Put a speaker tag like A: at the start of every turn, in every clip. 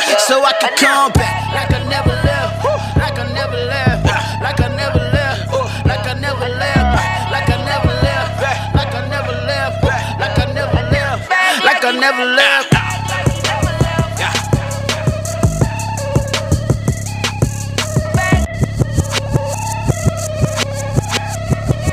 A: a comeback. Like I never left. Like I never left. Like I never left. Like I never left. Like I never left. Like I never left. Like I never left. Like I never left.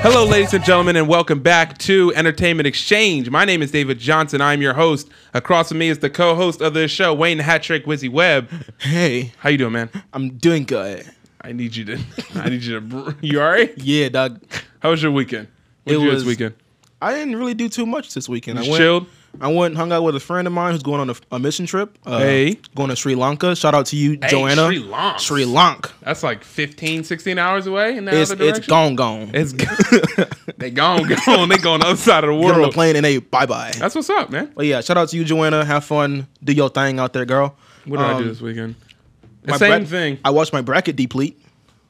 B: Hello, ladies and gentlemen, and welcome back to Entertainment Exchange. My name is David Johnson. I'm your host. Across from me is the co-host of this show, Wayne Hattrick Wizzy Webb.
C: Hey,
B: How you doing, man?
C: I'm doing good.
B: I need you to. I need you to. br- You all right?
C: Yeah, dog.
B: How was your weekend? What
C: It
B: did you do this
C: was-
B: weekend?
C: I didn't really do too much this weekend. I
B: Just
C: went,
B: chilled?
C: I went and hung out with a friend of mine who's going on a, a mission trip. Uh,
B: Hey.
C: going to Sri Lanka. Shout out to you, Joanna.
B: Sri Lanka.
C: Sri Lanka.
B: That's like 15, 16 hours away in that
C: It's
B: other direction.
C: it's gone gone.
B: It's gone. they gone, gone. They gone the other side of the
C: Get on the
B: world.
C: plane and they bye bye.
B: That's what's up, man.
C: But yeah, shout out to you, Joanna. Have fun. Do your thing out there, girl.
B: What did I
C: Um,
B: do this weekend?
C: my
B: The same
C: bra-
B: thing.
C: I watched my bracket deplete.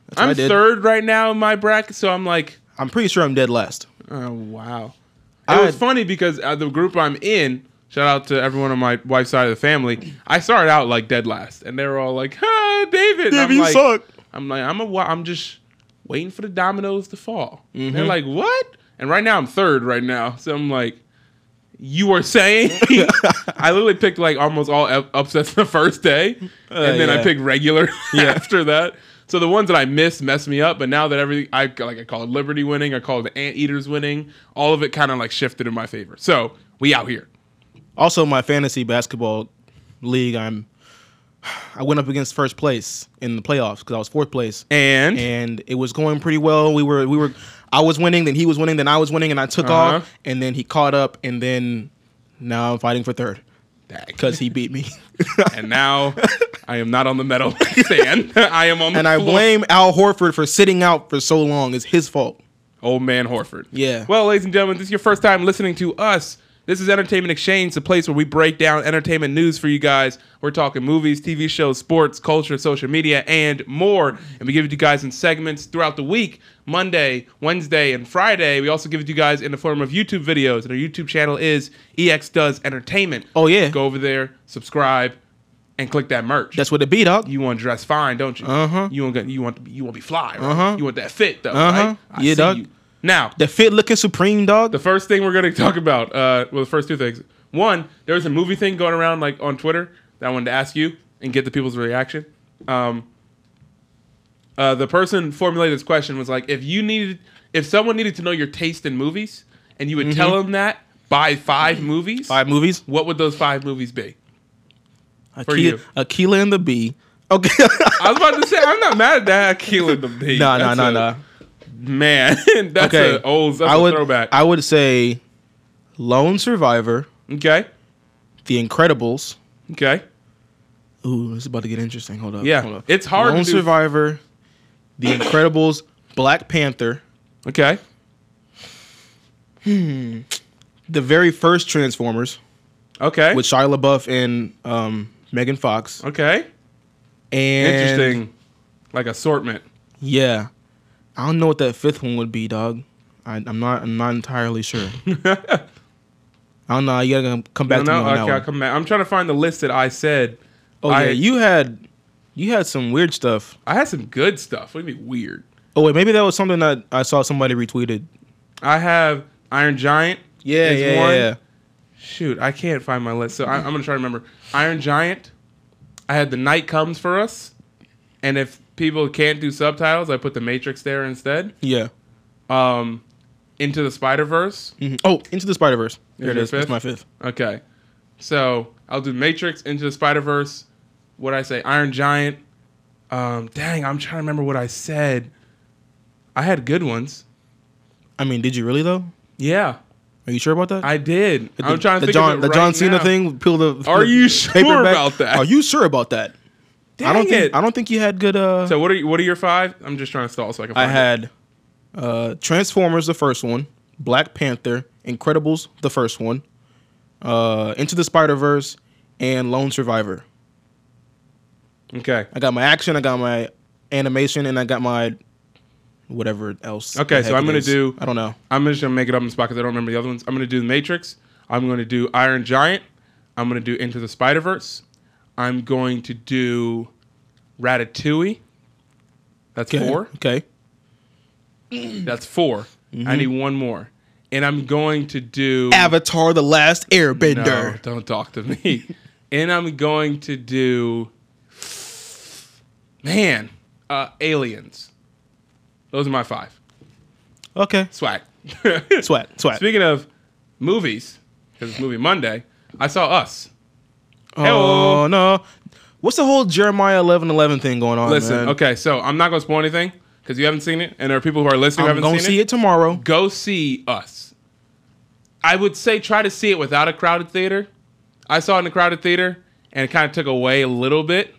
C: That's what I
B: I'm
C: did.
B: third right now in my bracket, so I'm like,
C: I'm pretty sure I'm dead last.
B: oh wow. It
C: I
B: was
C: had-
B: funny because uh, the group I'm in. Shout out to everyone on my wife's side of the family. I started out like dead last, and they were all like, "Ah, David." And I'm
C: David, you
B: like,
C: suck.
B: I'm like, I'm a, wa- I'm just waiting for the dominoes to fall.
C: Mm-hmm.
B: They're like, what? And right now I'm third right now, so I'm like, you are saying? I literally picked like almost all up- upsets the first day, and then I
C: Uh, yeah.
B: picked regular after that. So the ones that I missed messed me up, but now that everything I like, I called Liberty winning, I called the Anteaters winning, all of it kind of like shifted in my favor. So we out here.
C: Also, my fantasy basketball league, I'm I went up against first place in the playoffs because I was fourth place,
B: And,
C: and it was going pretty well. We were we were I was winning, then he was winning, then I was winning, and I took
B: Uh-huh.
C: off, and then he caught up, and then now I'm fighting for third because he beat me,
B: and now I am not on the medal stand. I am on the
C: and I
B: floor.
C: blame Al Horford for sitting out for so long. It's his fault.
B: Old Man Horford.
C: Yeah.
B: Well, ladies and gentlemen, if this is your first time listening to us. This is Entertainment Exchange, the place where we break down entertainment news for you guys. We're talking movies, TV shows, sports, culture, social media, and more. And we give it to you guys in segments throughout the week Monday, Wednesday, and Friday. We also give it to you guys in the form of YouTube videos. And our YouTube channel is EX Does Entertainment.
C: Oh, yeah.
B: Go over there, subscribe, and click that merch.
C: That's what it beat up.
B: You want to dress fine, don't you? Uh huh. You want to, you want to be- you want to be fly, right?
C: Uh-huh.
B: You want that fit though,
C: Uh-huh.
B: right?
C: Yeah, dog.
B: Now,
C: The fit looking supreme dog.
B: the first thing we're going to talk about, uh, well, the first two things. One, there was a movie thing going around like on Twitter that I wanted to ask you and get the people's reaction. Um, uh, the person formulated this question was like, if you needed, if someone needed to know your taste in movies, and you would tell them that by five movies,
C: Mm-hmm. Five movies.
B: what would those five movies be? For you.
C: Akila, Akila and the Bee. Okay.
B: I was about to say, I'm not mad at that. Killing the beat.
C: No, no,
B: That's
C: no,
B: a-
C: no.
B: Man, that's
C: Okay.
B: an old that's
C: I
B: a
C: would,
B: throwback.
C: I would say Lone Survivor,
B: okay.
C: The Incredibles.
B: Okay.
C: Ooh, it's about to get interesting. Hold up.
B: Yeah.
C: Hold up.
B: It's hard
C: Lone
B: to do-
C: Survivor, The Incredibles, Black Panther,
B: Okay.
C: the very first Transformers
B: Okay.
C: with Shia LaBeouf and um, Megan Fox.
B: okay.
C: And
B: Interesting. Like assortment.
C: Yeah. I don't know what that fifth one would be, dog. I, I'm not. I'm not entirely sure. I don't know. You gotta come back
B: No,
C: to me
B: no,
C: on that
B: okay, I'll
C: one.
B: come back. I'm trying to find the list that I said.
C: Oh
B: I,
C: yeah, you had, you had some weird stuff.
B: I had some good stuff. What do you mean weird?
C: Oh wait, maybe that was something that I saw somebody retweeted.
B: I have Iron Giant.
C: Yeah,
B: is
C: yeah,
B: one.
C: yeah.
B: Shoot, I can't find my list. So I, I'm gonna try to remember. Iron Giant. I had the night comes for us, and if people can't do subtitles, I put the Matrix there instead.
C: Yeah.
B: Um, Into the Spider Verse.
C: Mhm. Oh, Into the Spider Verse. There
B: Mm-hmm. Is
C: it
B: your
C: is. That's
B: fifth?
C: my fifth.
B: Okay, so I'll do Matrix, Into the Spider Verse. What I say, Iron Giant. Um, dang, I'm trying to remember what I said. I had good ones.
C: I mean, did you really though?
B: Yeah,
C: Are you sure about that?
B: I did.
C: the,
B: I'm trying to
C: the
B: think
C: John
B: of it
C: the
B: right
C: John Cena
B: now.
C: thing. Peel the.
B: Are
C: the
B: you sure
C: paper back.
B: about that?
C: Are you sure about that?
B: Dang
C: I don't think.
B: it.
C: I don't think you had good. Uh,
B: So what are you, what are your five? I'm just trying to stall so I can.
C: I
B: find it.
C: had uh, Transformers, the first one, Black Panther, Incredibles, the first one, uh, Into the Spider Verse, and Lone Survivor.
B: Okay.
C: I got my action, I got my animation, and I got my whatever else.
B: Okay,
C: the
B: so
C: heck
B: I'm
C: it
B: gonna
C: is.
B: do-
C: I don't know.
B: I'm just gonna make it up in spot because I don't remember the other ones. I'm gonna do the Matrix. I'm gonna do Iron Giant. I'm gonna do Into the Spider Verse. I'm going to do Ratatouille. That's
C: Okay.
B: four.
C: Okay.
B: That's 4
C: Mm-hmm.
B: I need one more. And I'm going to do
C: Avatar: The Last Airbender.
B: No, don't talk to me. and I'm going to do Man, uh Aliens. Those are my five.
C: Okay.
B: Swag.
C: Sweat. Sweat.
B: Speaking of movies, because it's movie Monday, I saw Us.
C: Oh no. What's the whole Jeremiah eleven eleven thing going on?
B: Listen,
C: man?
B: okay, so I'm not gonna spoil anything because you haven't seen it, and there are people who are listening
C: I'm
B: who
C: gonna
B: haven't seen
C: see it tomorrow.
B: Go see Us. I would say try to see it without a crowded theater. I saw it in a crowded theater, and it kind of took away a little bit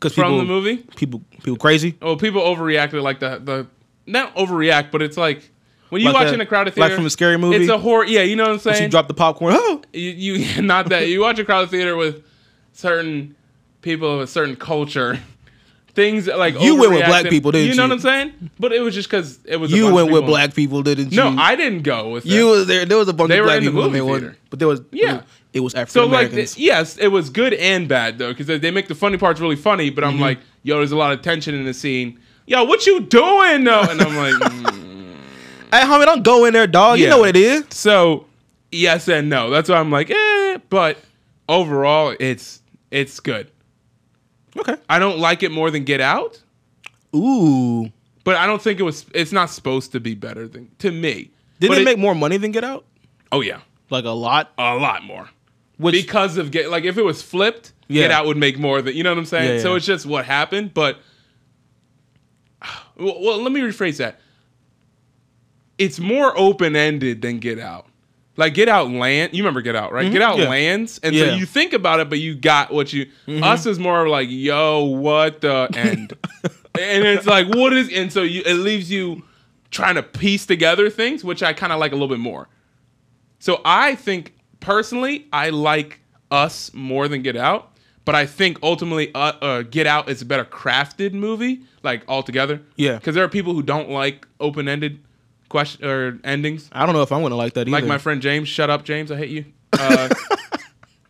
C: Cause
B: from
C: people,
B: the movie.
C: people, people crazy.
B: Oh, people overreacted like the the not overreact, but it's like when you
C: Like
B: watch
C: that-
B: in a crowded
C: like
B: theater,
C: from a scary movie?
B: It's a horror. Yeah, you know what I'm
C: She
B: saying.
C: dropped the popcorn. Oh,
B: you, you not that you watch a crowded theater with certain people of a certain culture. Things that, like
C: You went with black
B: overreacting.
C: people, didn't
B: know
C: you?
B: what I'm saying? But it was just because it was. a bunch
C: you
B: of
C: went with
B: people.
C: black people, didn't you?
B: No, I didn't go with
C: You
B: It.
C: was there. There was a bunch
B: They
C: of
B: were
C: black
B: in the
C: people,
B: movie
C: and they wasn't-
B: theater.
C: but there was
B: Yeah.
C: it was African
B: So like, th-
C: Americans.
B: yes, it was good and bad though, because they make the funny parts really funny. But I'm
C: Mm-hmm.
B: like, yo, there's a lot of tension in the scene. Yo, what you doing though? And I'm like, mm.
C: hey, homie, don't go in there, dog. You
B: Yeah.
C: know what it is.
B: so yes and no. That's why I'm like, eh. But overall, it's it's good.
C: Okay.
B: I don't like it more than Get Out.
C: Ooh.
B: But I don't think it was. It's not supposed to be better than to me.
C: Did
B: But
C: it make more money than Get Out?
B: Oh yeah,
C: Like a lot.
B: a lot more.
C: Which
B: because of get like if it was flipped,
C: Yeah.
B: Get Out would make more than you know what I'm saying.
C: Yeah,
B: So
C: yeah.
B: it's just what happened. But well, well, let me rephrase that. It's more open ended than Get Out. Like Get Out land, you remember Get Out, right? Get Out
C: Mm-hmm. yeah.
B: lands, and so
C: Yeah. Mm-hmm.
B: you think about it, but you got what you. Us is more like, yo, what the end? and it's like, what is? And so you, it leaves you trying to piece together things, which I kind of like a little bit more. So I think personally, I like Us more than Get Out, but I think ultimately, uh, uh, Get Out is a better crafted movie, like altogether.
C: Yeah.
B: because there are people who don't like open-ended question or endings.
C: I don't know if I'm gonna like that either.
B: Like my friend James, shut up, James, I hate you. Uh,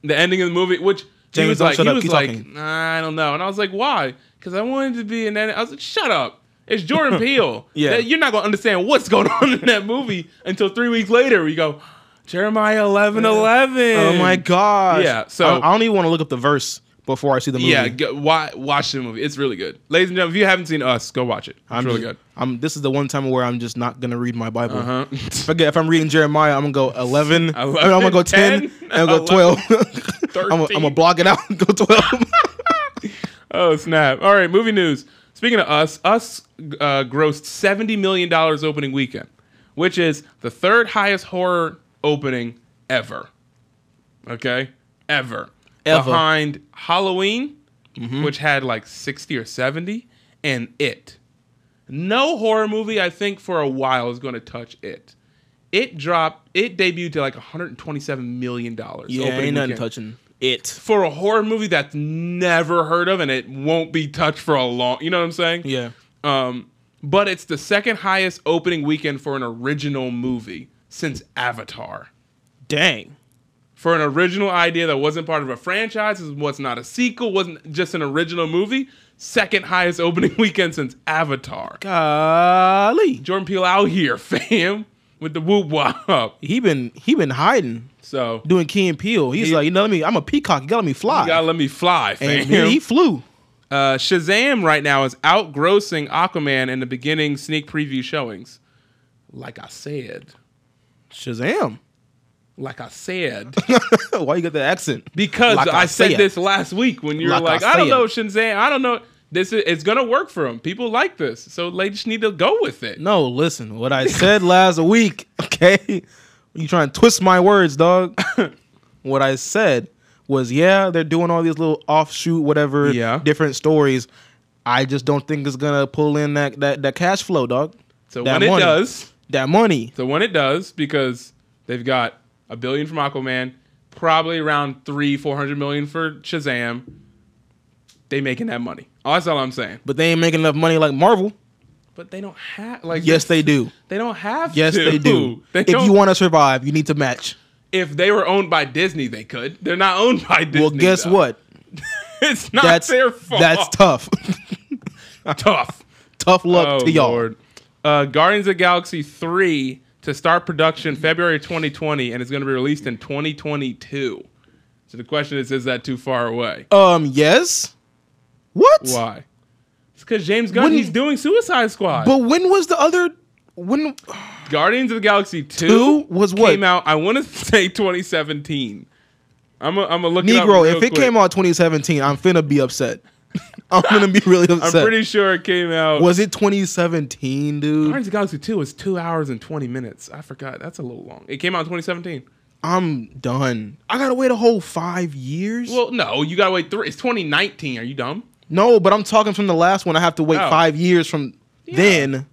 B: the ending of the movie, which he
C: James,
B: was
C: don't
B: like,
C: shut
B: he
C: up,
B: was
C: keep
B: like,
C: talking.
B: nah, I don't know, and I was like, why? Because I wanted to be an. end- I was like, shut up. It's Jordan Peele.
C: Yeah.
B: That- you're not gonna understand what's going on in that movie until three weeks later. We go, Jeremiah eleven eleven.
C: Oh my gosh.
B: Yeah, so-
C: I, I don't even want to look up the verse before I see the movie.
B: Yeah, go, why, watch the movie. It's really good, ladies and gentlemen. If you haven't seen Us, go watch it. It's
C: I'm
B: really
C: just-
B: good.
C: I'm. This is the one time where I'm just not gonna read my Bible.
B: Uh
C: If I get- if I'm reading Jeremiah, I'm gonna go 11, I mean, I'm gonna go 10,
B: 10,
C: and I'm gonna go 12. I'm gonna- I'm gonna
B: 13.
C: block it out and go 12.
B: Oh snap! All right, movie news. Speaking of us, us uh, grossed seventy million dollars opening weekend, which is the third highest horror opening ever. Okay, ever,
C: Ever. Mm-hmm.
B: behind Halloween, which had like sixty or seventy, and It. No horror movie, I think, for a while is going to touch It. It dropped. It debuted to like one hundred twenty-seven million dollars.
C: yeah, ain't nothing touching it.
B: for a horror movie that's never heard of and it won't be touched for a long you know what I'm saying?
C: Yeah.
B: Um but it's the second highest opening weekend for an original movie since Avatar.
C: Dang.
B: For an original idea that wasn't part of a franchise, is- was not a sequel, wasn't just an original movie, second highest opening weekend since Avatar.
C: Golly.
B: Jordan Peele out here, fam, with the whoop wop.
C: He been he been hiding
B: So you
C: doing Key and Peele. He's like, you know what I mean? I'm a peacock. You gotta let me fly.
B: gotta let me fly, fam.
C: and he, he flew.
B: Uh, Shazam right now is outgrossing Aquaman in the beginning sneak preview showings. Like I said,
C: Shazam.
B: like I said,
C: Why you got that accent?
B: because
C: Like
B: I,
C: I
B: said
C: said.
B: this last week when you were
C: Like
B: like,
C: I
B: I, don't
C: said.
B: know Shazam, I don't know. This is it's gonna work for him. People like this, so they just need to go with it.
C: No, listen, what I said last week, okay? You trying to twist my words, dog. what I said was, yeah, they're doing all these little offshoot, whatever,
B: Yeah.
C: different stories. I just don't think it's gonna pull in that that, that cash flow, dog.
B: So
C: that
B: when it does,
C: that money.
B: so when it does, because they've got a billion from Aquaman, probably around three, four hundred million for Shazam. They making that money. That's all I'm saying.
C: But they ain't making enough money like Marvel.
B: But they don't have like
C: Yes, they do.
B: They don't have
C: Yes,
B: to.
C: they do.
B: They
C: if you
B: don't-
C: want to survive, you need to match.
B: if they were owned by Disney, they could. They're not owned by Disney.
C: well, guess
B: though.
C: what?
B: it's not
C: That's
B: their fault.
C: that's tough.
B: tough.
C: tough luck
B: Oh,
C: to y'all.
B: Lord. Uh, Guardians of the Galaxy 3 to start production February 2020, and it's going to be released in 2022. So the question is, is that too far away?
C: Um, yes. What?
B: Why? It's because James Gunn,
C: Wouldn't-
B: he's doing Suicide Squad.
C: But when was the other? When
B: Guardians of the Galaxy 2
C: Two was what?
B: Came out, I want to say 2017. I'm going to look it up
C: Negro?
B: real
C: If it
B: quick.
C: came out 2017, I'm finna be upset. I'm gonna be really
B: I'm
C: upset.
B: pretty sure it came out.
C: was it 2017, dude?
B: Guardians of the Galaxy 2 is two hours and 20 minutes. I forgot. That's a little long. It came out in 2017.
C: I'm done. I gotta wait a whole five years.
B: Well, no, you got to wait three. It's 2019. Are you dumb?
C: no, but I'm talking from the last one. I have to wait
B: Oh.
C: five years from then. What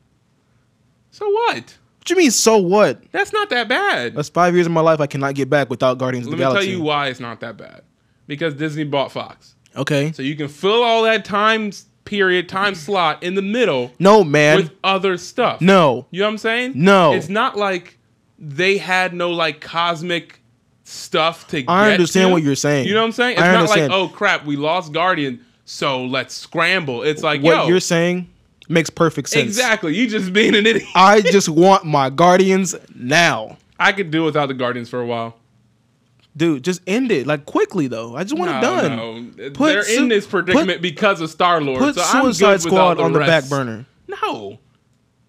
B: So what?
C: you mean? So what?
B: That's not that bad.
C: That's five years of my life I cannot get back without Guardians
B: Let
C: of
B: me
C: the Galaxy.
B: tell you why it's not that bad. Because Disney bought Fox.
C: Okay.
B: So you can fill all that time s- period, time slot in the middle
C: No, man.
B: with other stuff.
C: no.
B: You know what I'm saying?
C: No.
B: It's not like they had no like cosmic stuff to
C: I
B: get
C: understand
B: to.
C: what you're saying.
B: You know what I'm saying? It's
C: I
B: not
C: understand.
B: like, oh crap, we lost Guardian, so let's scramble. It's like,
C: What
B: yo,
C: you're saying makes perfect sense.
B: exactly. You just being an idiot.
C: I just want my Guardians now.
B: I could do without the Guardians for a while.
C: Dude, just end it. Like quickly though. I just want it done.
B: no.
C: Put
B: They're
C: Su-
B: in this predicament because of Star Lord.
C: Put
B: so I'm good
C: Suicide
B: without
C: Squad
B: the
C: on the back
B: rest.
C: burner.
B: No.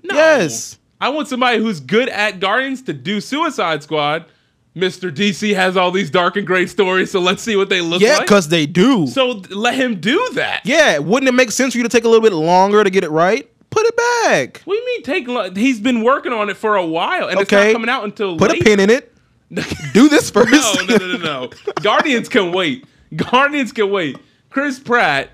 B: No.
C: Yes.
B: I want somebody who's good at Guardians to do Suicide Squad. Mr. DC has all these dark and great stories, so let's see what they look
C: Yeah,
B: like.
C: because they do.
B: so th- let him do that.
C: yeah, wouldn't it make sense for you to take a little bit longer to get it right? Put it back.
B: What do you mean take? Lo- He's been working on it for a while, and it's
C: Okay.
B: not coming out until
C: Put
B: late.
C: a pin in it. Do this first.
B: No, no, no, no, no. Guardians can wait. Guardians can wait. Chris Pratt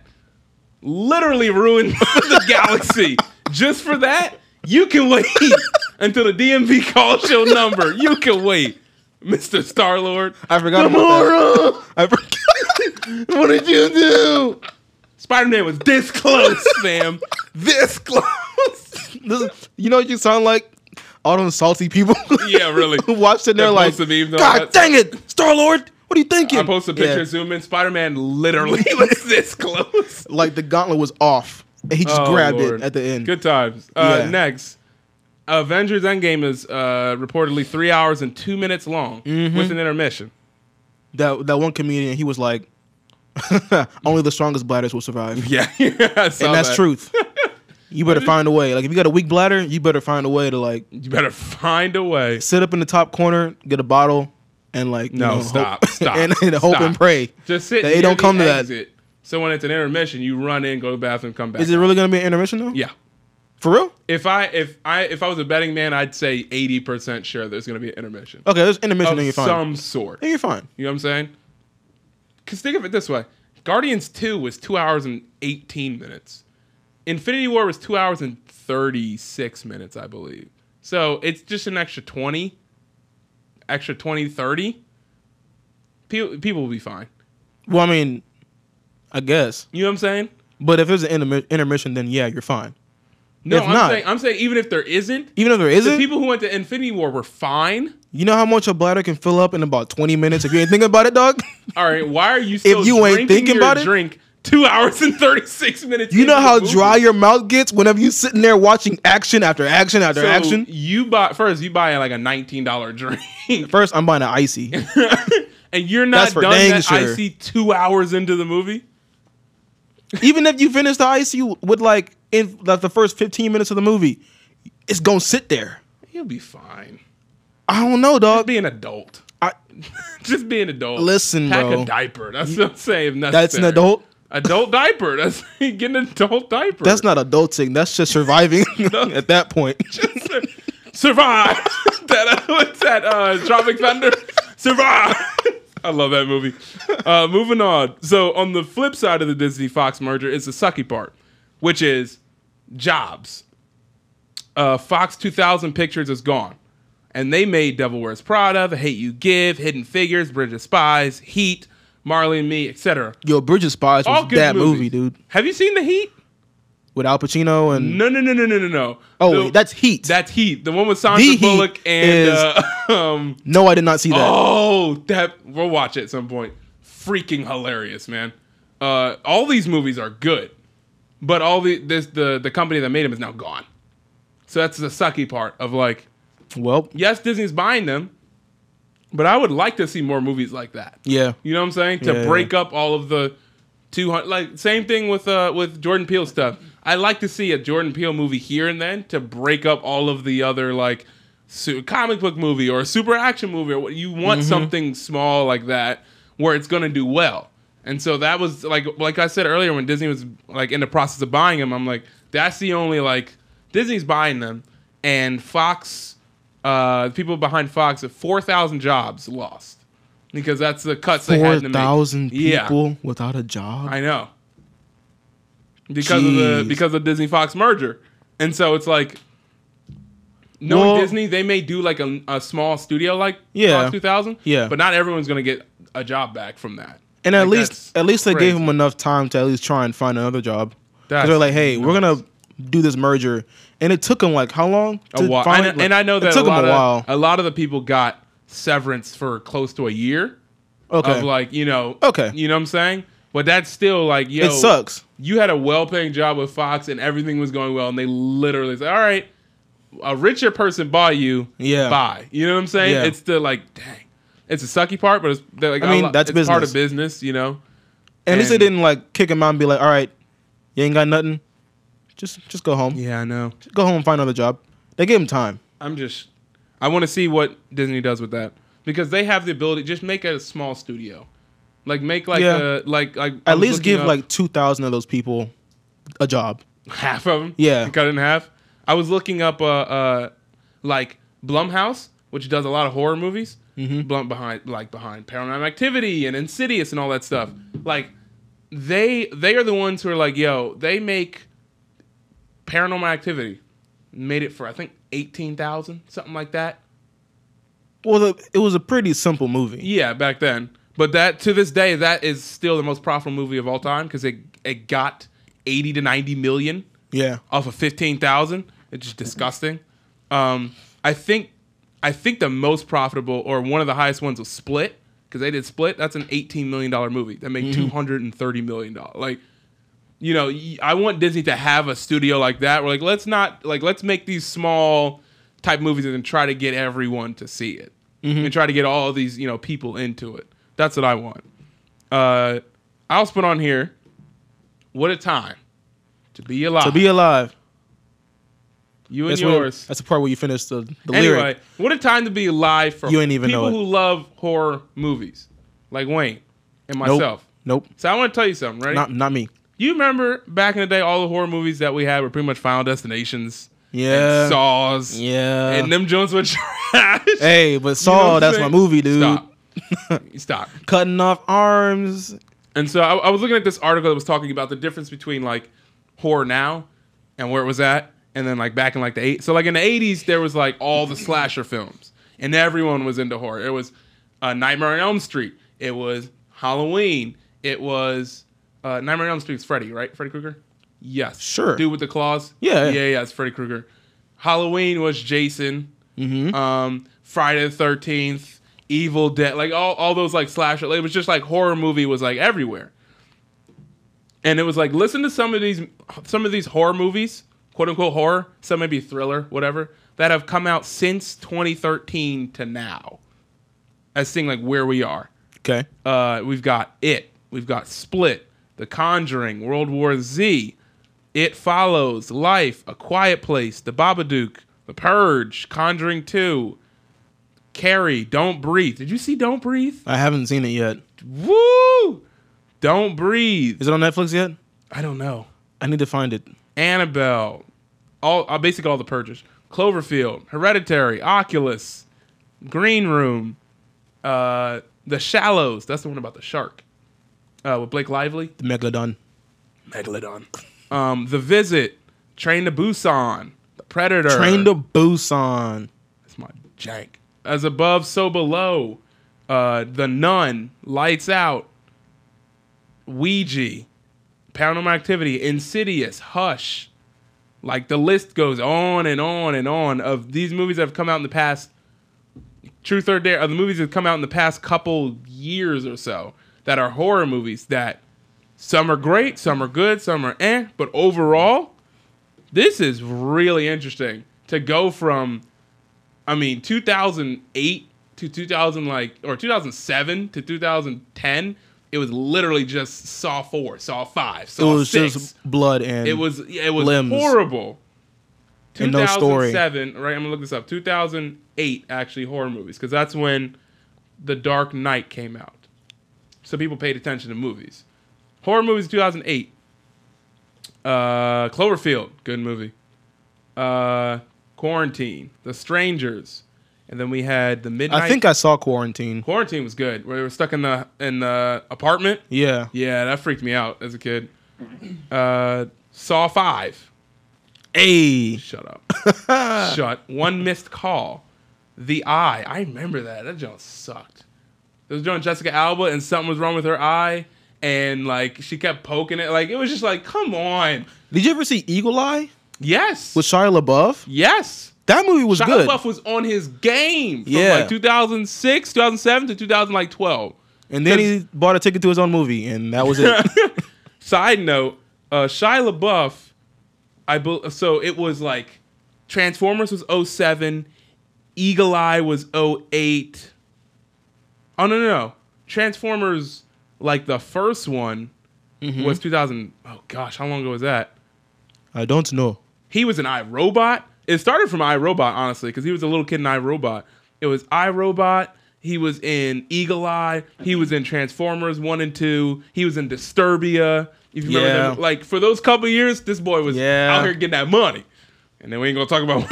B: literally ruined the galaxy just for that. You can wait until the DMV calls your number. You can wait, Mister Star Lord.
C: I forgot about that. I forgot. what did you do?
B: Spider Man was this close, fam. This close.
C: This- you know what you sound like? All them salty people.
B: Yeah, really.
C: who watched it and they're
B: That
C: like,
B: post of Eve, though,
C: God
B: that's-
C: dang it, Star Lord, what are you thinking?
B: I posted a picture.
C: Yeah.
B: Zoom in. Spider Man literally was this close.
C: Like the gauntlet was off, and he just
B: Oh,
C: grabbed
B: Lord.
C: it at the end.
B: Good times. Uh,
C: Yeah.
B: Next, Avengers Endgame is uh, reportedly three hours and two minutes long
C: Mm-hmm.
B: with an intermission.
C: That that one comedian, he was like, only the strongest bladders will survive,
B: Yeah, I saw
C: and that's
B: that.
C: truth. You better find a way. Like if you got a weak bladder, you better find a way to like
B: You better find a way.
C: sit up in the top corner, get a bottle, and like you
B: No,
C: know,
B: stop,
C: hope,
B: stop,
C: and, and hope and
B: stop.
C: pray.
B: Just sit.
C: They
B: near
C: don't
B: the
C: come to that.
B: exit. So when it's an intermission, you run in, go to the bathroom, come back.
C: Is it really gonna be an intermission though?
B: yeah.
C: for real.
B: If I if I if I was a betting man, I'd say eighty percent sure there's going to be an intermission
C: Okay, there's Oh, intermission, then
B: of
C: you're fine.
B: some sort.
C: Then you're fine.
B: You know what I'm saying? Because think of it this way Guardians 2 was 2 hours and 18 minutes, Infinity War was 2 hours and 36 minutes, I believe. So it's just an extra 20, extra 20, 30. People, people will be fine.
C: Well, I mean, I guess.
B: You know what I'm saying?
C: But if it's an intermi- intermission, then yeah, you're fine.
B: No,
C: If
B: I'm
C: not-
B: saying I'm saying even if there isn't,
C: Even if there
B: the
C: isn't,
B: people who went to Infinity War were fine.
C: you know how much your bladder can fill up in about 20 minutes if you ain't thinking about it, dog?
B: All right, why are you still
C: you ain't
B: drinking
C: thinking
B: your
C: about it-
B: drink two hours and thirty six minutes?
C: You know
B: into the
C: how
B: movie?
C: dry your mouth gets whenever you sitting there watching action after action after
B: So
C: action?
B: You buy first. You buy like a nineteen dollar drink,
C: First, I'm buying an icy.
B: and you're
C: That's
B: not
C: for
B: done
C: dang
B: that
C: sure.
B: icy two hours into the movie.
C: Even if you finish the icy with like in like the first 15 minutes of the movie, it's gonna sit there.
B: You'll be fine.
C: I don't know, dog.
B: Be an adult.
C: I,
B: Just be an adult.
C: Listen,
B: pack
C: bro.
B: a diaper. That's what I'm saying. if
C: that's an
B: necessary.
C: adult.
B: Adult diaper. That's get an adult diaper.
C: That's not adulting. That's just surviving at that point.
B: survive. that uh, what's that? Uh, Tropic Thunder. Survive. I love that movie. Uh, moving on. So on the flip side of the Disney Fox merger is the sucky part, which is jobs. Uh, Fox 2000 Pictures is gone, and they made Devil Wears Prada, The Hate You Give, Hidden Figures, Bridge of Spies, Heat, Marley and Me, etc.
C: Yo, Bridge of Spies
B: All
C: was
B: good
C: that movie,
B: movies.
C: dude.
B: Have you seen The Heat?
C: With Al Pacino and
B: No, no, no, no, no, no, no.
C: Oh,
B: The-
C: wait, that's Heat.
B: that's Heat. The one with Sandra
C: The Heat
B: Bullock and
C: is-
B: uh, um,
C: no, I did not see that.
B: Oh, that we'll watch it at some point. Freaking hilarious, man. Uh, all these movies are good, but all the this the the company that made them is now gone. So that's the sucky part of like,
C: Well,
B: yes, Disney's buying them, but I would like to see more movies like that.
C: yeah.
B: You know what I'm saying? To
C: Yeah,
B: break up all of the 200 like same thing with uh with Jordan Peele stuff. I like to see a Jordan Peele movie here and then to break up all of the other like su- comic book movie or a super action movie or what you want
C: Mm-hmm.
B: something small like that where it's going to do well. And so that was like like I said earlier when Disney was like in the process of buying them, I'm like that's the only like Disney's buying them and Fox uh the people behind Fox have 4,000 jobs lost because that's the cuts they
C: Four
B: had to make.
C: thousand
B: Yeah.
C: people without a job.
B: I know. Because of the
C: Jeez.
B: because of Disney Fox merger, and so it's like, knowing
C: Well-
B: Disney, they may do like a, a small studio like
C: Yeah.
B: Fox 2000,
C: Yeah.
B: but not everyone's gonna get a job back from that.
C: and at
B: Like,
C: least
B: that's
C: at least they gave
B: crazy.
C: him enough time to at least try and find another job. 'Cause
B: That's
C: they're like, hey, we're gonna do this merger, and it took them like how long?
B: a while.
C: find-
B: I know- and I know
C: it
B: that a
C: took 'em
B: lot,
C: a while.
B: of, a lot of the people got severance for close to a year
C: okay,
B: of like you know
C: Okay.
B: you know what I'm saying, but that's still like yo
C: it sucks.
B: you had a well-paying job with Fox and everything was going well, and they literally said, "All right, a richer person bought you,
C: Yeah.
B: buy." You know what I'm saying?
C: Yeah.
B: It's the like, dang, it's a sucky part, but it's they're like,
C: I mean,
B: lo-
C: that's
B: it's part of business, you know.
C: And at least they
B: and-
C: didn't like kick him out and be like, all right, you ain't got nothing. Just just go home.
B: Yeah, I know.
C: Just go home and find another job. They gave him time.
B: I'm just, I want to see what Disney does with that because they have the ability. Just make it a small studio, like make like
C: Yeah.
B: a like like I
C: At
B: was
C: least
B: looking
C: give
B: up-
C: like two thousand of those people a job.
B: half of them.
C: Yeah.
B: and cut it in half. I was looking up uh, uh like Blumhouse, which does a lot of horror movies. Blum behind like behind Paranormal Activity and Insidious and all that stuff. Like they they are the ones who are like, yo, they make Paranormal Activity made it for I think eighteen thousand something like that.
C: Well, the, it was a pretty simple movie.
B: Yeah, back then. But that to this day, that is still the most profitable movie of all time because it it got eighty to ninety million
C: Yeah.
B: off of fifteen thousand. It's just disgusting. Um, I think I think the most profitable or one of the highest ones was Split because they did Split. That's an eighteen million dollar movie that made
C: Mm-hmm.
B: $230 and thirty million dollars. Like, you know, y- I want Disney to have a studio like that. We're like, let's not like let's make these small type movies and then try to get everyone to see it
C: Mm-hmm.
B: and try to get all these you know people into it. That's what I want. Uh, I'll put on here. What a time to be alive.
C: To be alive.
B: You and
C: That's, where-
B: yours.
C: that's the part where you finish the, the
B: anyway,
C: lyric.
B: what a time to be alive for
C: You ain't even
B: people
C: know it.
B: who love horror movies, like Wayne and
C: Nope.
B: myself.
C: Nope.
B: So I want to tell you something, right?
C: Not not me.
B: you remember back in the day, all the horror movies that we had were pretty much Final Destinations,
C: Yeah.
B: and Saws,
C: Yeah.
B: and them Jones were trash.
C: hey, but
B: You know
C: Saul,
B: what I'm
C: that's
B: saying?
C: my movie, dude.
B: Stop. Stop.
C: Cutting off arms.
B: And so I, I was looking at this article that was talking about the difference between like horror now and where it was at, and then like back in like the eight. So like in the eighties, there was like all the slasher films, and everyone was into horror. It was uh, Nightmare on Elm Street. It was Halloween. It was uh, Nightmare on Elm Street's Freddy, right? Freddy Krueger. Yes.
C: Sure.
B: Dude with the claws.
C: Yeah, yeah.
B: Yeah. Yeah. It's Freddy Krueger. Halloween was Jason. Um, Friday the Thirteenth, Evil Dead, like all, all those like slasher. It was just like horror movie was like everywhere, and it was like listen to some of these some of these horror movies, quote unquote horror, some maybe thriller, whatever that have come out since 2013 to now, as seeing like where we are.
C: Okay.
B: Uh, we've got It. We've got Split, The Conjuring, World War Z, It Follows, Life, A Quiet Place, The Babadook, The Purge, Conjuring 2, Carrie, Don't Breathe. Did you see Don't Breathe?
C: I haven't seen it yet.
B: Woo! Don't Breathe.
C: Is it on Netflix yet?
B: I don't know.
C: I need to find it.
B: Annabelle, all uh, basically all the purges. Cloverfield, Hereditary, Oculus, Green Room, uh, The Shallows. That's the one about the shark uh, with Blake Lively.
C: The Megalodon.
B: Megalodon. Um, the Visit, Train to Busan, The Predator.
C: Train to Busan.
B: That's my jank. As above, so below. Uh, the Nun, Lights Out, Ouija, Paranormal Activity, Insidious, Hush. Like the list goes on and on and on of these movies that have come out in the past. Truth or Dare, of the movies that have come out in the past couple years or so that are horror movies that Some are great, some are good, some are eh. But overall, this is really interesting to go from, I mean, 2008 to 2000 like or 2007 to 2010. It was literally just Saw four, Saw five,
C: It
B: Saw
C: was
B: six.
C: just blood and
B: It was yeah, it was
C: limbs.
B: horrible.
C: And no story.
B: 2007, right? I'm gonna look this up. 2008, actually, horror movies, because that's when The Dark Knight came out. So people paid attention to movies. Horror movies, 2008. Uh, Cloverfield, good movie. Uh, Quarantine, The Strangers, and then we had the Midnight.
C: I think I saw quarantine.
B: Quarantine was good. Where they were stuck in the in the apartment.
C: Yeah.
B: Yeah, that freaked me out as a kid. Uh, Saw Five.
C: Hey.
B: Shut up. Shut. One missed call. The Eye. I remember that. That joint sucked. It was during Jessica Alba, and something was wrong with her eye, and like she kept poking it. Like it was just like, come on.
C: Did you ever see Eagle Eye
B: Yes.
C: with Shia LaBeouf?
B: yes.
C: That movie was
B: Shia
C: good.
B: LaBeouf was on his game from
C: Yeah.
B: like 2006, 2007 to 2012.
C: And then he bought a ticket to his own movie, and that was it.
B: Side note, uh, Shia LaBeouf, I bel so it was like Transformers was 07, Eagle Eye was 08. Oh no no no. Transformers like the first one was 2000. Oh gosh, how long ago was that?
C: I don't know.
B: He was an iRobot. It started from iRobot honestly cuz he was a little kid in iRobot. It was iRobot he was in Eagle Eye. He was in Transformers One and Two. He was in Disturbia. If you remember,
C: Yeah.
B: them, like for those couple years, this boy was
C: Yeah.
B: out here getting that money. And then we ain't gonna talk about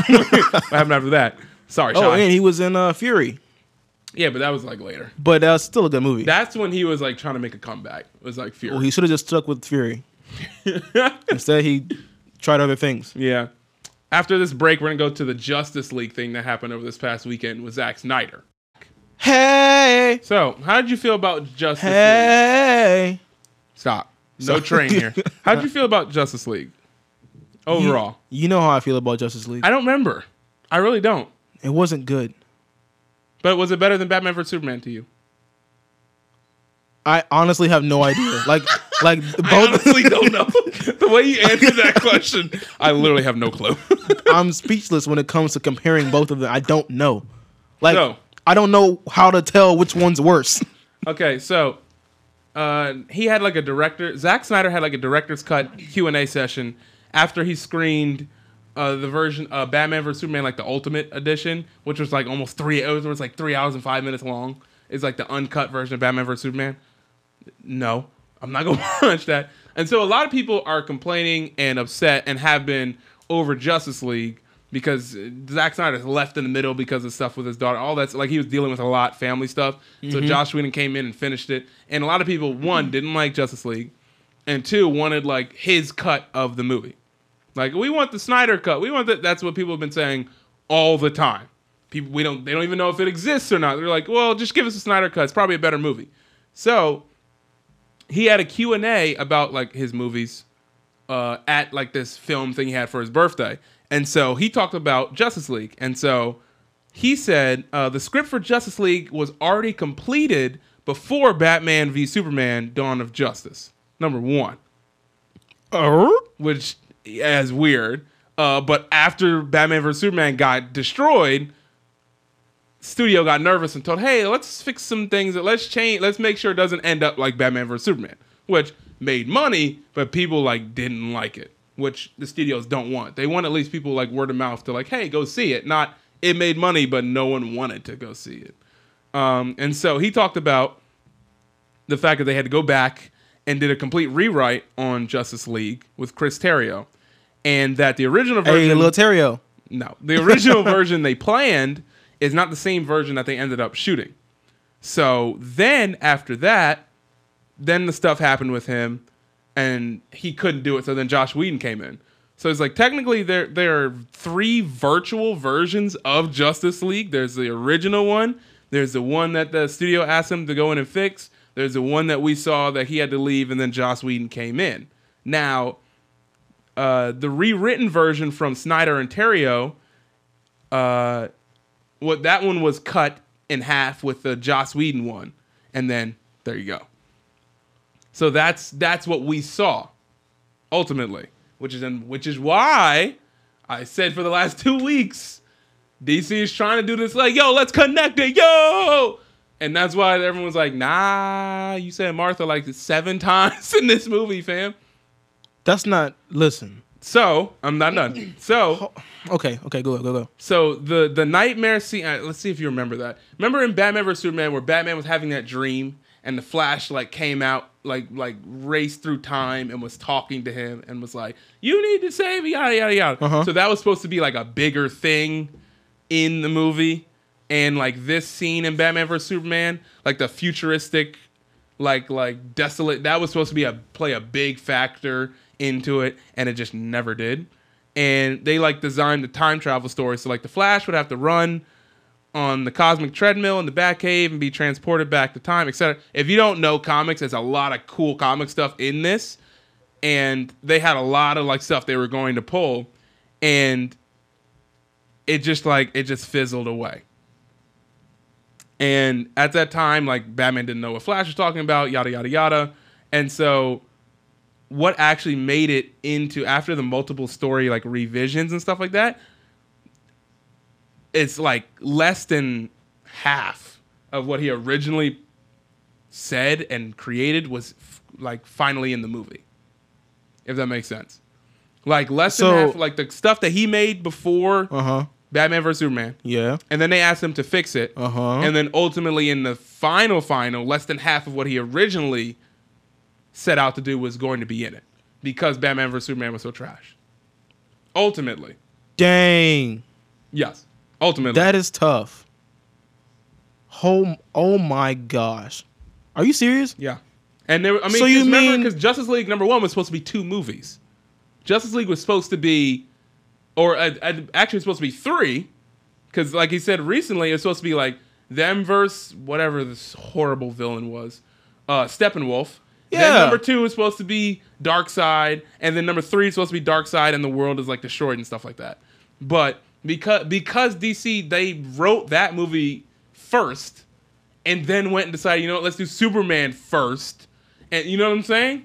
B: what happened after that. Sorry,
C: Oh,
B: Sean.
C: and he was in uh, Fury,
B: yeah, but that was like later.
C: but that's still a good movie.
B: That's when he was like trying to make a comeback. It was like Fury.
C: Well, Oh, he should have just stuck with Fury. Instead, he tried other things.
B: yeah. After this break, we're gonna go to the Justice League thing that happened over this past weekend with Zack Snyder.
C: Hey,
B: So, how did you feel about Justice League?
C: hey.
B: Stop. No train here. How did you feel about Justice League overall?
C: You know how I feel about Justice League.
B: I don't remember. I really don't.
C: It wasn't good.
B: But was it better than Batman vs Superman to you?
C: I honestly have no idea. Like, like
B: I
C: both.
B: honestly don't know. the way you answered that question, I literally have no clue.
C: I'm speechless when it comes to comparing both of them. I don't know. Like,
B: No.
C: I don't know how to tell which one's worse.
B: okay, so uh, he had like a director. Zack Snyder had like a director's cut Q and A session after he screened uh, the version uh, Batman vs Superman, like the Ultimate Edition, which was like almost three. It was, it was like three hours and five minutes long. It's like the uncut version of Batman vs Superman. no, I'm not going to watch that. And so a lot of people are complaining and upset and have been over Justice League because uh, Zack Snyder's left in the middle because of stuff with his daughter. All that's like he was dealing with a lot family stuff. So Josh Whedon came in and finished it. And a lot of people one didn't like Justice League and two wanted like his cut of the movie. Like we want the Snyder cut. We want that. That's what people have been saying all the time. People we don't they don't even know if it exists or not. They're like, well, just give us a Snyder cut. It's probably a better movie. So he had a q&a about like his movies uh, at like this film thing he had for his birthday and so he talked about justice league and so he said uh, the script for justice league was already completed before batman v superman dawn of justice number one which is weird. Uh, but after Batman vs Superman got destroyed, studio got nervous and told, "Hey, let's fix some things. Let's change. Let's make sure it doesn't end up like Batman vs Superman," which made money, but people like didn't like it, which the studios don't want. They want at least people like word of mouth to like, "Hey, go see it." Not it made money, but no one wanted to go see it. Um, and so he talked about the fact that they had to go back and did a complete rewrite on Justice League with Chris Terrio, and that the original version,
C: Hey, Lil Terrio.
B: no, the original version they planned is not the same version that they ended up shooting. So then after that, then the stuff happened with him, and he couldn't do it. So then Josh Whedon came in. So it's like technically there there are three virtual versions of Justice League. There's the original one. There's the one that the studio asked him to go in and fix. There's the one that we saw that he had to leave, and then Josh Whedon came in. Now, uh, the rewritten version from Snyder and Terrio, uh, what that one was cut in half with the Joss Whedon one, and then there you go. So that's that's what we saw, ultimately, which is in, which is why I said for the last two weeks, DC is trying to do this like, yo, let's connect it, yo, and that's why everyone's like, nah, you said Martha like seven times in this movie, fam.
C: That's not. Listen.
B: So I'm not done. So
C: Okay. Okay. Go. Go. Go.
B: so the the nightmare scene. uh, Let's see if you remember that. Remember in Batman vs Superman where Batman was having that dream and the Flash like came out like like raced through time and was talking to him and was like, "You need to save me," yada yada yada.
C: Uh-huh.
B: So that was supposed to be like a bigger thing in the movie, and like this scene in Batman vs Superman, like the futuristic like like desolate that was supposed to be a play a big factor into it and it just never did and they like designed the time travel story so like the flash would have to run on the cosmic treadmill in the Batcave and be transported back to time etc if you don't know comics there's a lot of cool comic stuff in this and they had a lot of like stuff they were going to pull and it just like it just fizzled away and at that time, like Batman didn't know what Flash was talking about, yada yada yada. And so what actually made it into after the multiple story like revisions and stuff like that, it's like less than half of what he originally said and created was f- like finally in the movie. If that makes sense. Like less
C: So-
B: than half like the stuff that he made before
C: Uh huh.
B: Batman vs Superman
C: Yeah.
B: and then they asked him to fix it.
C: Uh-huh.
B: And then ultimately, in the final final, less than half of what he originally set out to do was going to be in it because Batman vs Superman was so trash. Ultimately,
C: Dang.
B: yes, ultimately,
C: That is tough. Oh, oh my gosh. Are you serious?
B: yeah. And there, I mean,
C: So you mean-
B: because Justice League number one was supposed to be two movies. Justice League was supposed to be, or uh, uh, actually supposed to be three, because like he said recently, it was supposed to be like them versus whatever this horrible villain was, uh, Steppenwolf. Then
C: Yeah.
B: number two is supposed to be Dark Side, and then number three is supposed to be Dark Side, and the world is like destroyed and stuff like that. But because because DC they wrote that movie first, and then went and decided, you know, what, let's do Superman first, and you know what I'm saying?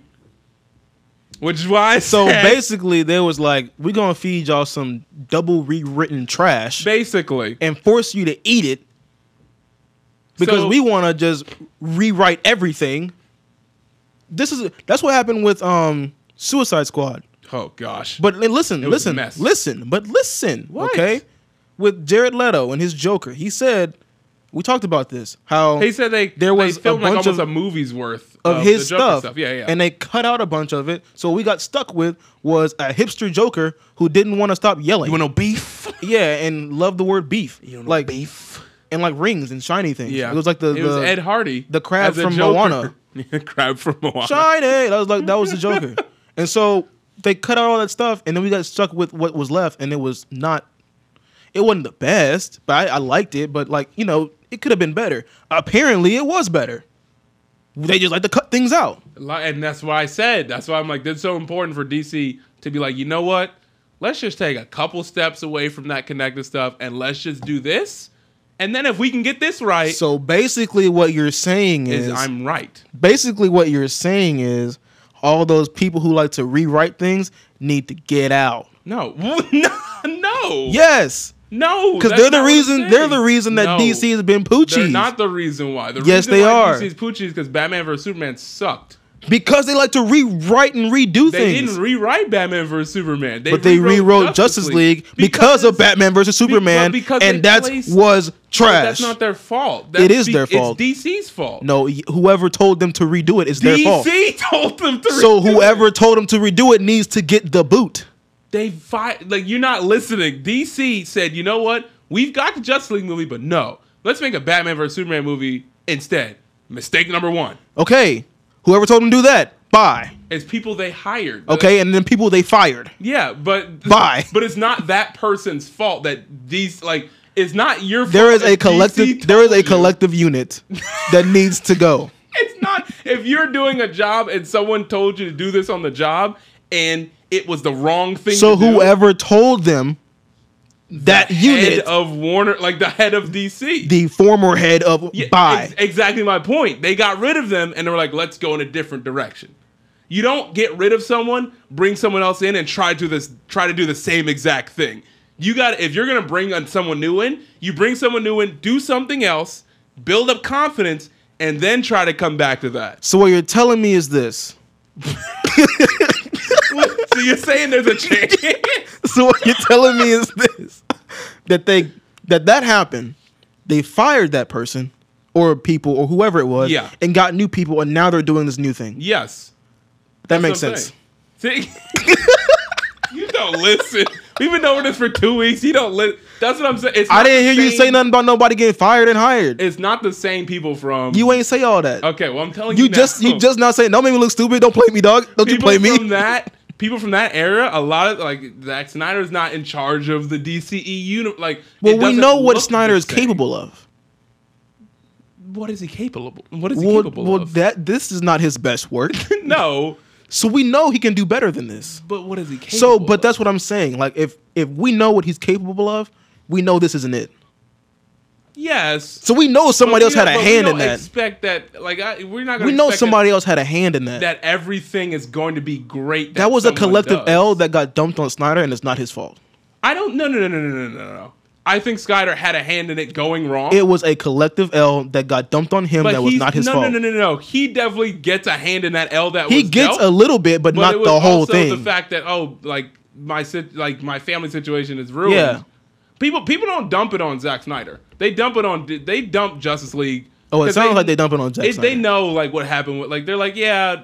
B: Which is why I
C: So
B: said-
C: basically, they was like, "We're gonna feed y'all some double rewritten trash
B: basically,
C: and force you to eat it because
B: So-
C: we want to just rewrite everything." This is that's what happened with um Suicide Squad.
B: oh gosh,
C: But li- listen,
B: was a
C: listen,
B: mess.
C: listen, but listen,
B: What?
C: okay? With Jared Leto and his Joker, he said, "We talked about this. How
B: He said they
C: There was
B: they filmed
C: a
B: like
C: bunch
B: almost
C: of-
B: a movie's worth
C: of
B: the
C: his
B: Joker
C: stuff,
B: Yeah, yeah.
C: And they cut out a bunch of it. So what we got stuck with was a hipster joker who didn't want to stop yelling.
B: no beef?
C: yeah, and loved the word beef.
B: want no
C: like beef and like rings and shiny things.
B: Yeah,
C: It was like the,
B: it
C: the
B: was Ed Hardy,
C: the crab
B: as a
C: from
B: Joker.
C: Moana.
B: Yeah, crab from Moana.
C: shiny. That was like that was the joker. and so they cut out all that stuff and then we got stuck with what was left and it was not it wasn't the best, but I, I liked it, but like, you know, it could have been better. Apparently it was better. They just like to cut things out.
B: Li- and that's why I said that's why I'm like that's so important for DC to be like you know what let's just take a couple steps away from that connected stuff and let's just do this and then if we can get this right
C: So basically, what you're saying
B: is
C: is,
B: I'm right
C: basically what you're saying is, all those people who like to rewrite things need to get out.
B: no no no
C: Yes,
B: no
C: because
B: that's
C: they're the
B: not what I'm
C: reason. They're the
B: saying.
C: reason that
B: No.
C: DC has been poochies
B: they're not the reason why the
C: Yes,
B: reason
C: they
B: why
C: are.
B: DC's poochies because Batman vs Superman sucked.
C: because they like to rewrite and redo
B: They
C: things.
B: didn't rewrite Batman vs Superman,
C: but they rewrote, Justice League because, of Batman versus Superman,
B: because they
C: and that
B: placed-
C: was
B: But
C: trash.
B: That's not their fault. That's
C: is their fault.
B: It's DC's fault.
C: no, y- whoever told them to redo it is their fault.
B: DC told them to.
C: So
B: redo it.
C: whoever told them to redo it needs to get the boot.
B: they fight, like you're not listening. DC said, you know what? We've got the Justice League movie, but no, let's make a Batman vs Superman movie instead. Mistake number one
C: Okay, whoever told them to do that, bye.
B: is people they hired.
C: Okay, and then people they fired.
B: Yeah, but
C: Bye.
B: But it's not that person's fault that these like it's not your. fault.
C: There is a
B: that DC
C: collective.
B: told
C: There is
B: you.
C: a collective unit that needs to go.
B: It's not if you're doing a job and someone told you to do this on the job and it was the wrong thing.
C: So
B: to do,
C: whoever told them that
B: head
C: unit,
B: of Warner, like the head of DC.
C: the former head of
B: Yeah,
C: Buy.
B: ex- exactly my point. They got rid of them and they were like, let's go in a different direction. You don't get rid of someone, bring someone else in, and try to do this. Try to do the same exact thing. You got to if you're gonna bring on someone new in, you bring someone new in, do something else, build up confidence, and then try to come back to that.
C: so what you're telling me is this.
B: so you're saying there's a chance?
C: So what you're telling me is this: that they that that happened, they fired that person or people or whoever it was,
B: Yeah.
C: and got new people, and now they're doing this new thing.
B: yes.
C: that makes
B: That's
C: sense.
B: what I'm saying. See, you don't listen. We've been over this for two weeks. You don't listen. That's what I'm saying. It's
C: I
B: not
C: didn't
B: the
C: hear you
B: same-
C: say nothing about nobody getting fired and hired.
B: It's not the same people from.
C: you ain't say all that.
B: Okay, well I'm telling you.
C: You just
B: now.
C: you just not saying. Don't make me look stupid. Don't play me, dog. Don't you
B: people
C: play me.
B: from that. People from that era, a lot of like Zack Snyder's not in charge of the DCEU. Like, it
C: well, we
B: doesn't
C: know
B: look
C: what
B: the
C: Snyder is
B: same.
C: capable of.
B: What is he capable? Of? What is he
C: Well,
B: capable
C: well
B: of?
C: that this is not his best work.
B: no,
C: so we know he can do better than this.
B: but what is he capable?
C: So, but
B: of?
C: that's what I'm saying. Like, if if we know what he's capable of, we know this isn't it.
B: yes.
C: So we know somebody
B: But
C: else
B: we
C: had
B: don't-
C: a
B: but
C: hand
B: we
C: in
B: don't
C: that.
B: Expect that, like, I, we're not. Gonna
C: We know
B: expect
C: somebody else had a hand in that. That,
B: that, that everything is going to be great. That,
C: was a
B: someone
C: collective
B: does.
C: L that got dumped on Snyder, and it's not his fault.
B: I don't. No, no, no, no, no, no, no, no. I think Snyder had a hand in it going wrong.
C: It was a collective L that got dumped on him.
B: but
C: That was
B: he's-
C: not his
B: no,
C: fault.
B: No, no, no, no. He definitely gets a hand in that L that
C: he
B: was
C: gets
B: dealt,
C: a little bit, but,
B: but it
C: not
B: was
C: the whole
B: also
C: thing.
B: The fact that oh, like my sit, like my family situation is ruined.
C: Yeah.
B: People people don't dump it on Zack Snyder. They dump it on they dump Justice League.
C: oh, it
B: 'Cause
C: sounds like they dumping on Zack
B: they, they
C: Snyder.
B: know like what happened with like they're like yeah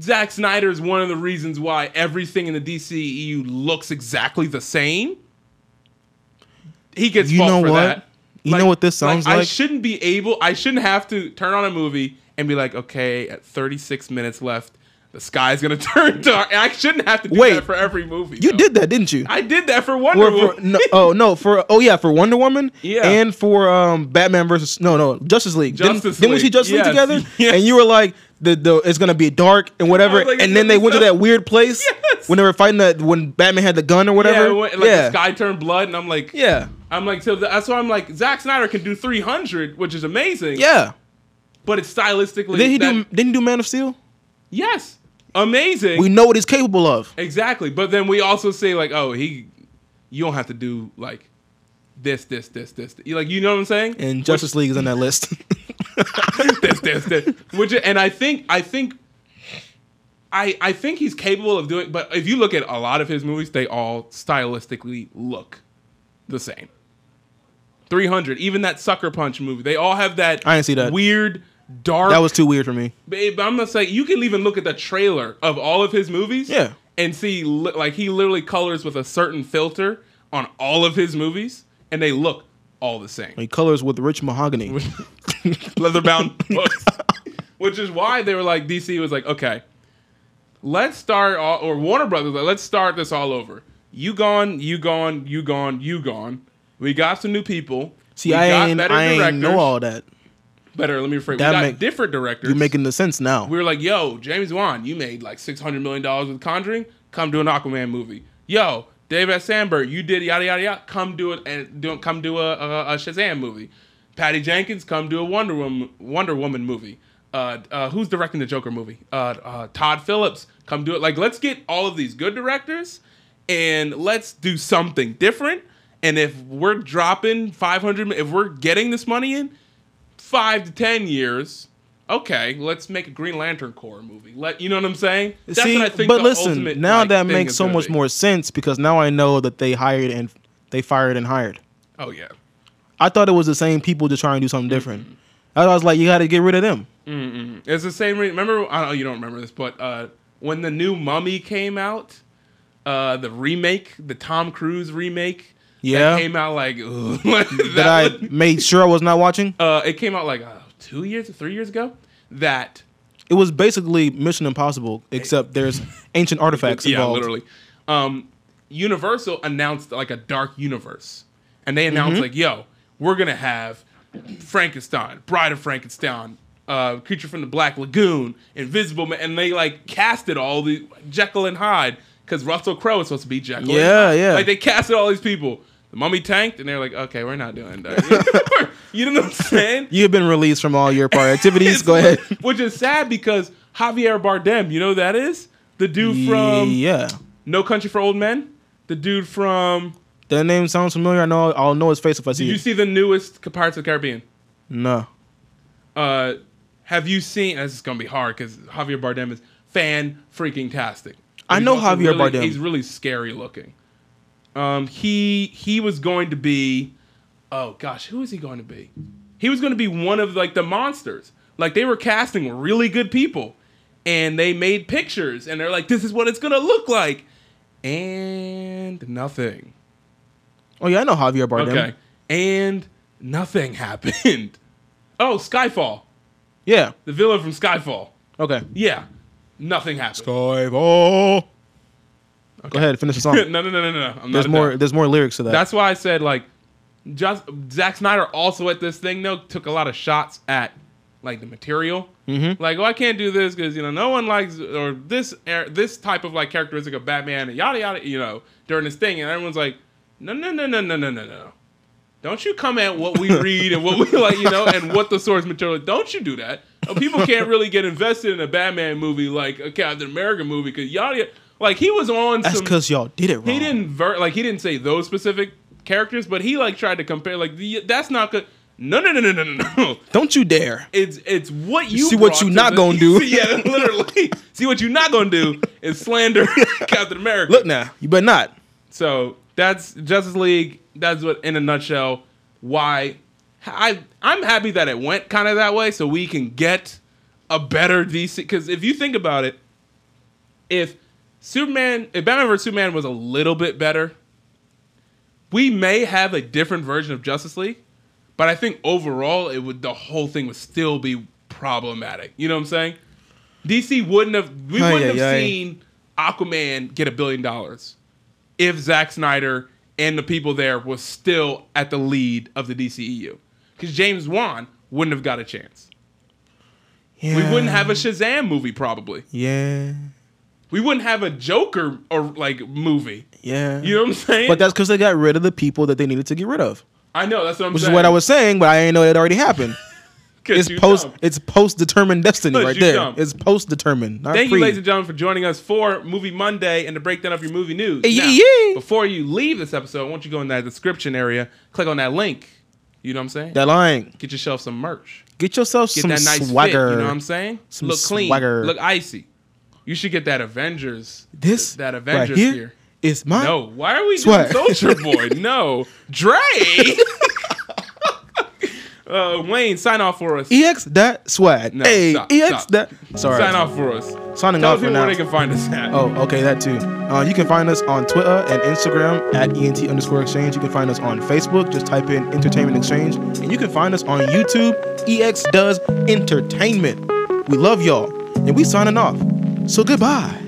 B: Zack Snyder is one of the reasons why everything in the DCEU looks exactly the same. He gets
C: You
B: fault
C: know
B: for
C: what?
B: that.
C: You know what this sounds
B: I
C: like?
B: shouldn't be able I shouldn't have to turn on a movie and be like okay at 36 minutes left the sky's going to turn dark. I shouldn't have to do
C: Wait.
B: that for every movie.
C: You
B: though.
C: did that, didn't you?
B: I did that for Wonder
C: Or
B: Woman.
C: for, no, oh no, for oh yeah, for Wonder Woman,
B: Yeah.
C: and for um Batman versus no no Justice League. didn't,
B: Justice
C: didn't we see
B: League,
C: Justice
B: yes,
C: League together?
B: yes.
C: And you were like, the, the it's gonna be dark and whatever.
B: like, it's
C: and then
B: gonna
C: they
B: be
C: went to
B: so-
C: that weird place
B: Yes.
C: when they were fighting that when Batman had the gun or whatever.
B: Yeah, it went- like
C: yeah.
B: the sky turned blood, and I'm like,
C: yeah,
B: I'm like, so th- that's why I'm like, Zack Snyder can do 300, which is amazing.
C: yeah.
B: But it's stylistically.
C: Did he
B: that-
C: do? Didn't he do Man of Steel?
B: Yes. Amazing.
C: We know what he's capable of.
B: exactly. But then we also say, like, oh, he. You don't have to do, like, this, this, this, this. You- Like, you know what I'm saying?
C: And Justice League is on that list.
B: this, this, this. Which, and I think, I think. I, I think he's capable of doing, but if you look at a lot of his movies, they all stylistically look the same. 300, even that Sucker Punch movie, they all have that
C: I didn't see that.
B: weird, dark.
C: that was too weird for me.
B: Babe, I'm gonna say you can even look at the trailer of all of his movies,
C: Yeah.
B: and see li- like he literally colors with a certain filter on all of his movies, and they look all the same.
C: He colors with rich mahogany.
B: Leatherbound books, which is why they were like DC was like, okay, let's start all, or Warner Brothers, like, let's start this all over. You gone, you gone, you gone, you gone. We got some new people.
C: See,
B: we
C: I ain't, I ain't know all that.
B: better. Let me rephrase.
C: That
B: we got
C: make-
B: different directors.
C: You're making the sense now.
B: we were like, yo, James Wan, you made like six hundred million dollars with Conjuring. Come do an Aquaman movie. Yo, David Sandberg, you did yada yada yada. Come do it and do come do a, a, a Shazam movie. Patty Jenkins, come do a Wonder Woman Wonder Woman movie. Uh, uh, who's directing the Joker movie? Uh, uh, Todd Phillips, come do it. Like, let's get all of these good directors, and let's do something different. And if we're dropping five hundred, if we're getting this money in, five to ten years, okay, let's make a Green Lantern Corps movie. Let you know what I'm saying? That's
C: See,
B: what I think.
C: but
B: the
C: listen,
B: ultimate,
C: now
B: like,
C: that
B: thing
C: makes
B: is
C: so
B: gonna
C: much
B: be.
C: more sense because now I know that they hired and they fired and hired.
B: Oh yeah,
C: I thought it was the same people just trying to do something
B: Mm-hmm.
C: different. I was like, you got to get rid of them.
B: it's the same. Re- remember, I don't know you don't remember this, but uh, when the new Mummy came out, uh, the remake, the Tom Cruise remake,
C: Yeah.
B: that came out like ugh, that.
C: That I
B: one-
C: made sure I was not watching.
B: uh, it came out like uh, two years, three years ago. That
C: It was basically Mission Impossible, except there's ancient artifacts
B: yeah,
C: involved.
B: literally. Um, Universal announced like a dark universe, and they
C: Mm-hmm.
B: announced like, "Yo, we're gonna have Frankenstein, Bride of Frankenstein, uh, Creature from the Black Lagoon, Invisible Man," and they like casted all the Jekyll and Hyde because Russell Crowe is supposed to be Jekyll. and
C: Yeah,
B: Hyde.
C: yeah.
B: Like they casted all these people. The mummy tanked, and they're like, okay, we're not doing that. you know what I'm saying?
C: You've been released from all your prior activities. Go ahead.
B: Which is sad because Javier Bardem, you know who that is? The dude from
C: yeah.
B: No Country for Old Men? The dude from.
C: That name sounds familiar. I know. I'll know his face if I see
B: Did you
C: it.
B: see the newest Pirates of the Caribbean?
C: no.
B: Uh, have you seen. This is going to be hard because Javier Bardem is fan freaking tastic.
C: I know Javier Bardem.
B: He's really scary looking. Um, he he was going to be, oh gosh, who is he going to be? He was going to be one of like the monsters. Like they were casting really good people, and they made pictures, and they're like, this is what it's going to look like, and nothing.
C: Oh yeah, I know Javier Bardem.
B: Okay, and nothing happened. oh, Skyfall,
C: Yeah.
B: the villain from Skyfall.
C: Okay.
B: Yeah, nothing happened.
C: Skyfall. Go ahead. Finish the song.
B: no, no, no, no, no. I'm
C: There's
B: not
C: more. There's more lyrics to that.
B: That's why I said like, just Zack Snyder also at this thing though took a lot of shots at like the material. Mm-hmm. Like, oh, I can't do this because you know no one likes or this er, this type of like characteristic of Batman and yada yada. You know during this thing, and everyone's like, no, no, no, no, no, no, no, no. Don't you come at what we read and what we like, you know, and what the source material. Don't you do that. Uh, People can't really get invested in a Batman movie like a Captain America movie because yada, yada. Like he was on.
C: That's
B: some,
C: because y'all did it wrong.
B: he didn't ver- like he didn't say those specific characters, but he like tried to compare like the, that's not good. No, no, no, no, no, no, no.
C: Don't you dare.
B: It's it's what you
C: See what
B: brought
C: you
B: to
C: not
B: the-
C: gonna do.
B: yeah, literally. See what you not gonna do is slander Captain America.
C: Look now. You better not.
B: So that's Justice League. That's what, in a nutshell, why I I'm happy that it went kind of that way, so we can get a better DC. Because if you think about it, if Superman, if Batman vs Superman was a little bit better, we may have a different version of Justice League. But I think overall, it would the whole thing would still be problematic. You know what I'm saying? DC wouldn't have we
C: Ay,
B: wouldn't have
C: ay, ay.
B: seen Aquaman get a billion dollars if Zack Snyder and the people there was still at the lead of the DCEU. Because James Wan wouldn't have got a chance.
C: Yeah.
B: We wouldn't have a Shazam movie probably.
C: Yeah.
B: We wouldn't have a Joker or like movie.
C: Yeah.
B: You know what I'm saying?
C: But that's because they got rid of the people that they needed to get rid of,
B: I know that's what I'm
C: which
B: saying.
C: is what I was saying. But I ain't know that already happened.
B: 'Cause
C: It's
B: you
C: post.
B: dumb.
C: It's post determined destiny
B: But
C: right
B: you
C: there.
B: dumb.
C: It's post determined.
B: Thank you, ladies and gentlemen, for joining us for Movie Monday and the breakdown of your movie news.
C: Eh, yeah, yeah.
B: Before you leave this episode, I want you to go in that description area, click on that link. You know what I'm saying?
C: That lying.
B: Get yourself some merch.
C: Get yourself
B: Get
C: some
B: that nice
C: swagger.
B: fit. You know what I'm saying?
C: Some
B: look clean.
C: swagger.
B: Look icy. You should get that Avengers.
C: This
B: that Avengers
C: right here,
B: here.
C: is my
B: No, why are we
C: Swag.
B: doing Soldier Boy? No, Dre. uh, Wayne, sign off for us.
C: ex that swag.
B: No,
C: hey,
B: stop,
C: ex
B: stop.
C: that. E- Sorry,
B: Sign off for us.
C: Signing
B: Tell
C: off for
B: people
C: now.
B: where they can find us at.
C: Oh, okay, that too. Uh, you can find us on Twitter and Instagram at ENT underscore exchange. You can find us on Facebook. Just type in Entertainment Exchange. And you can find us on YouTube, E EX Does Entertainment. We love y'all. And we signing off. So goodbye.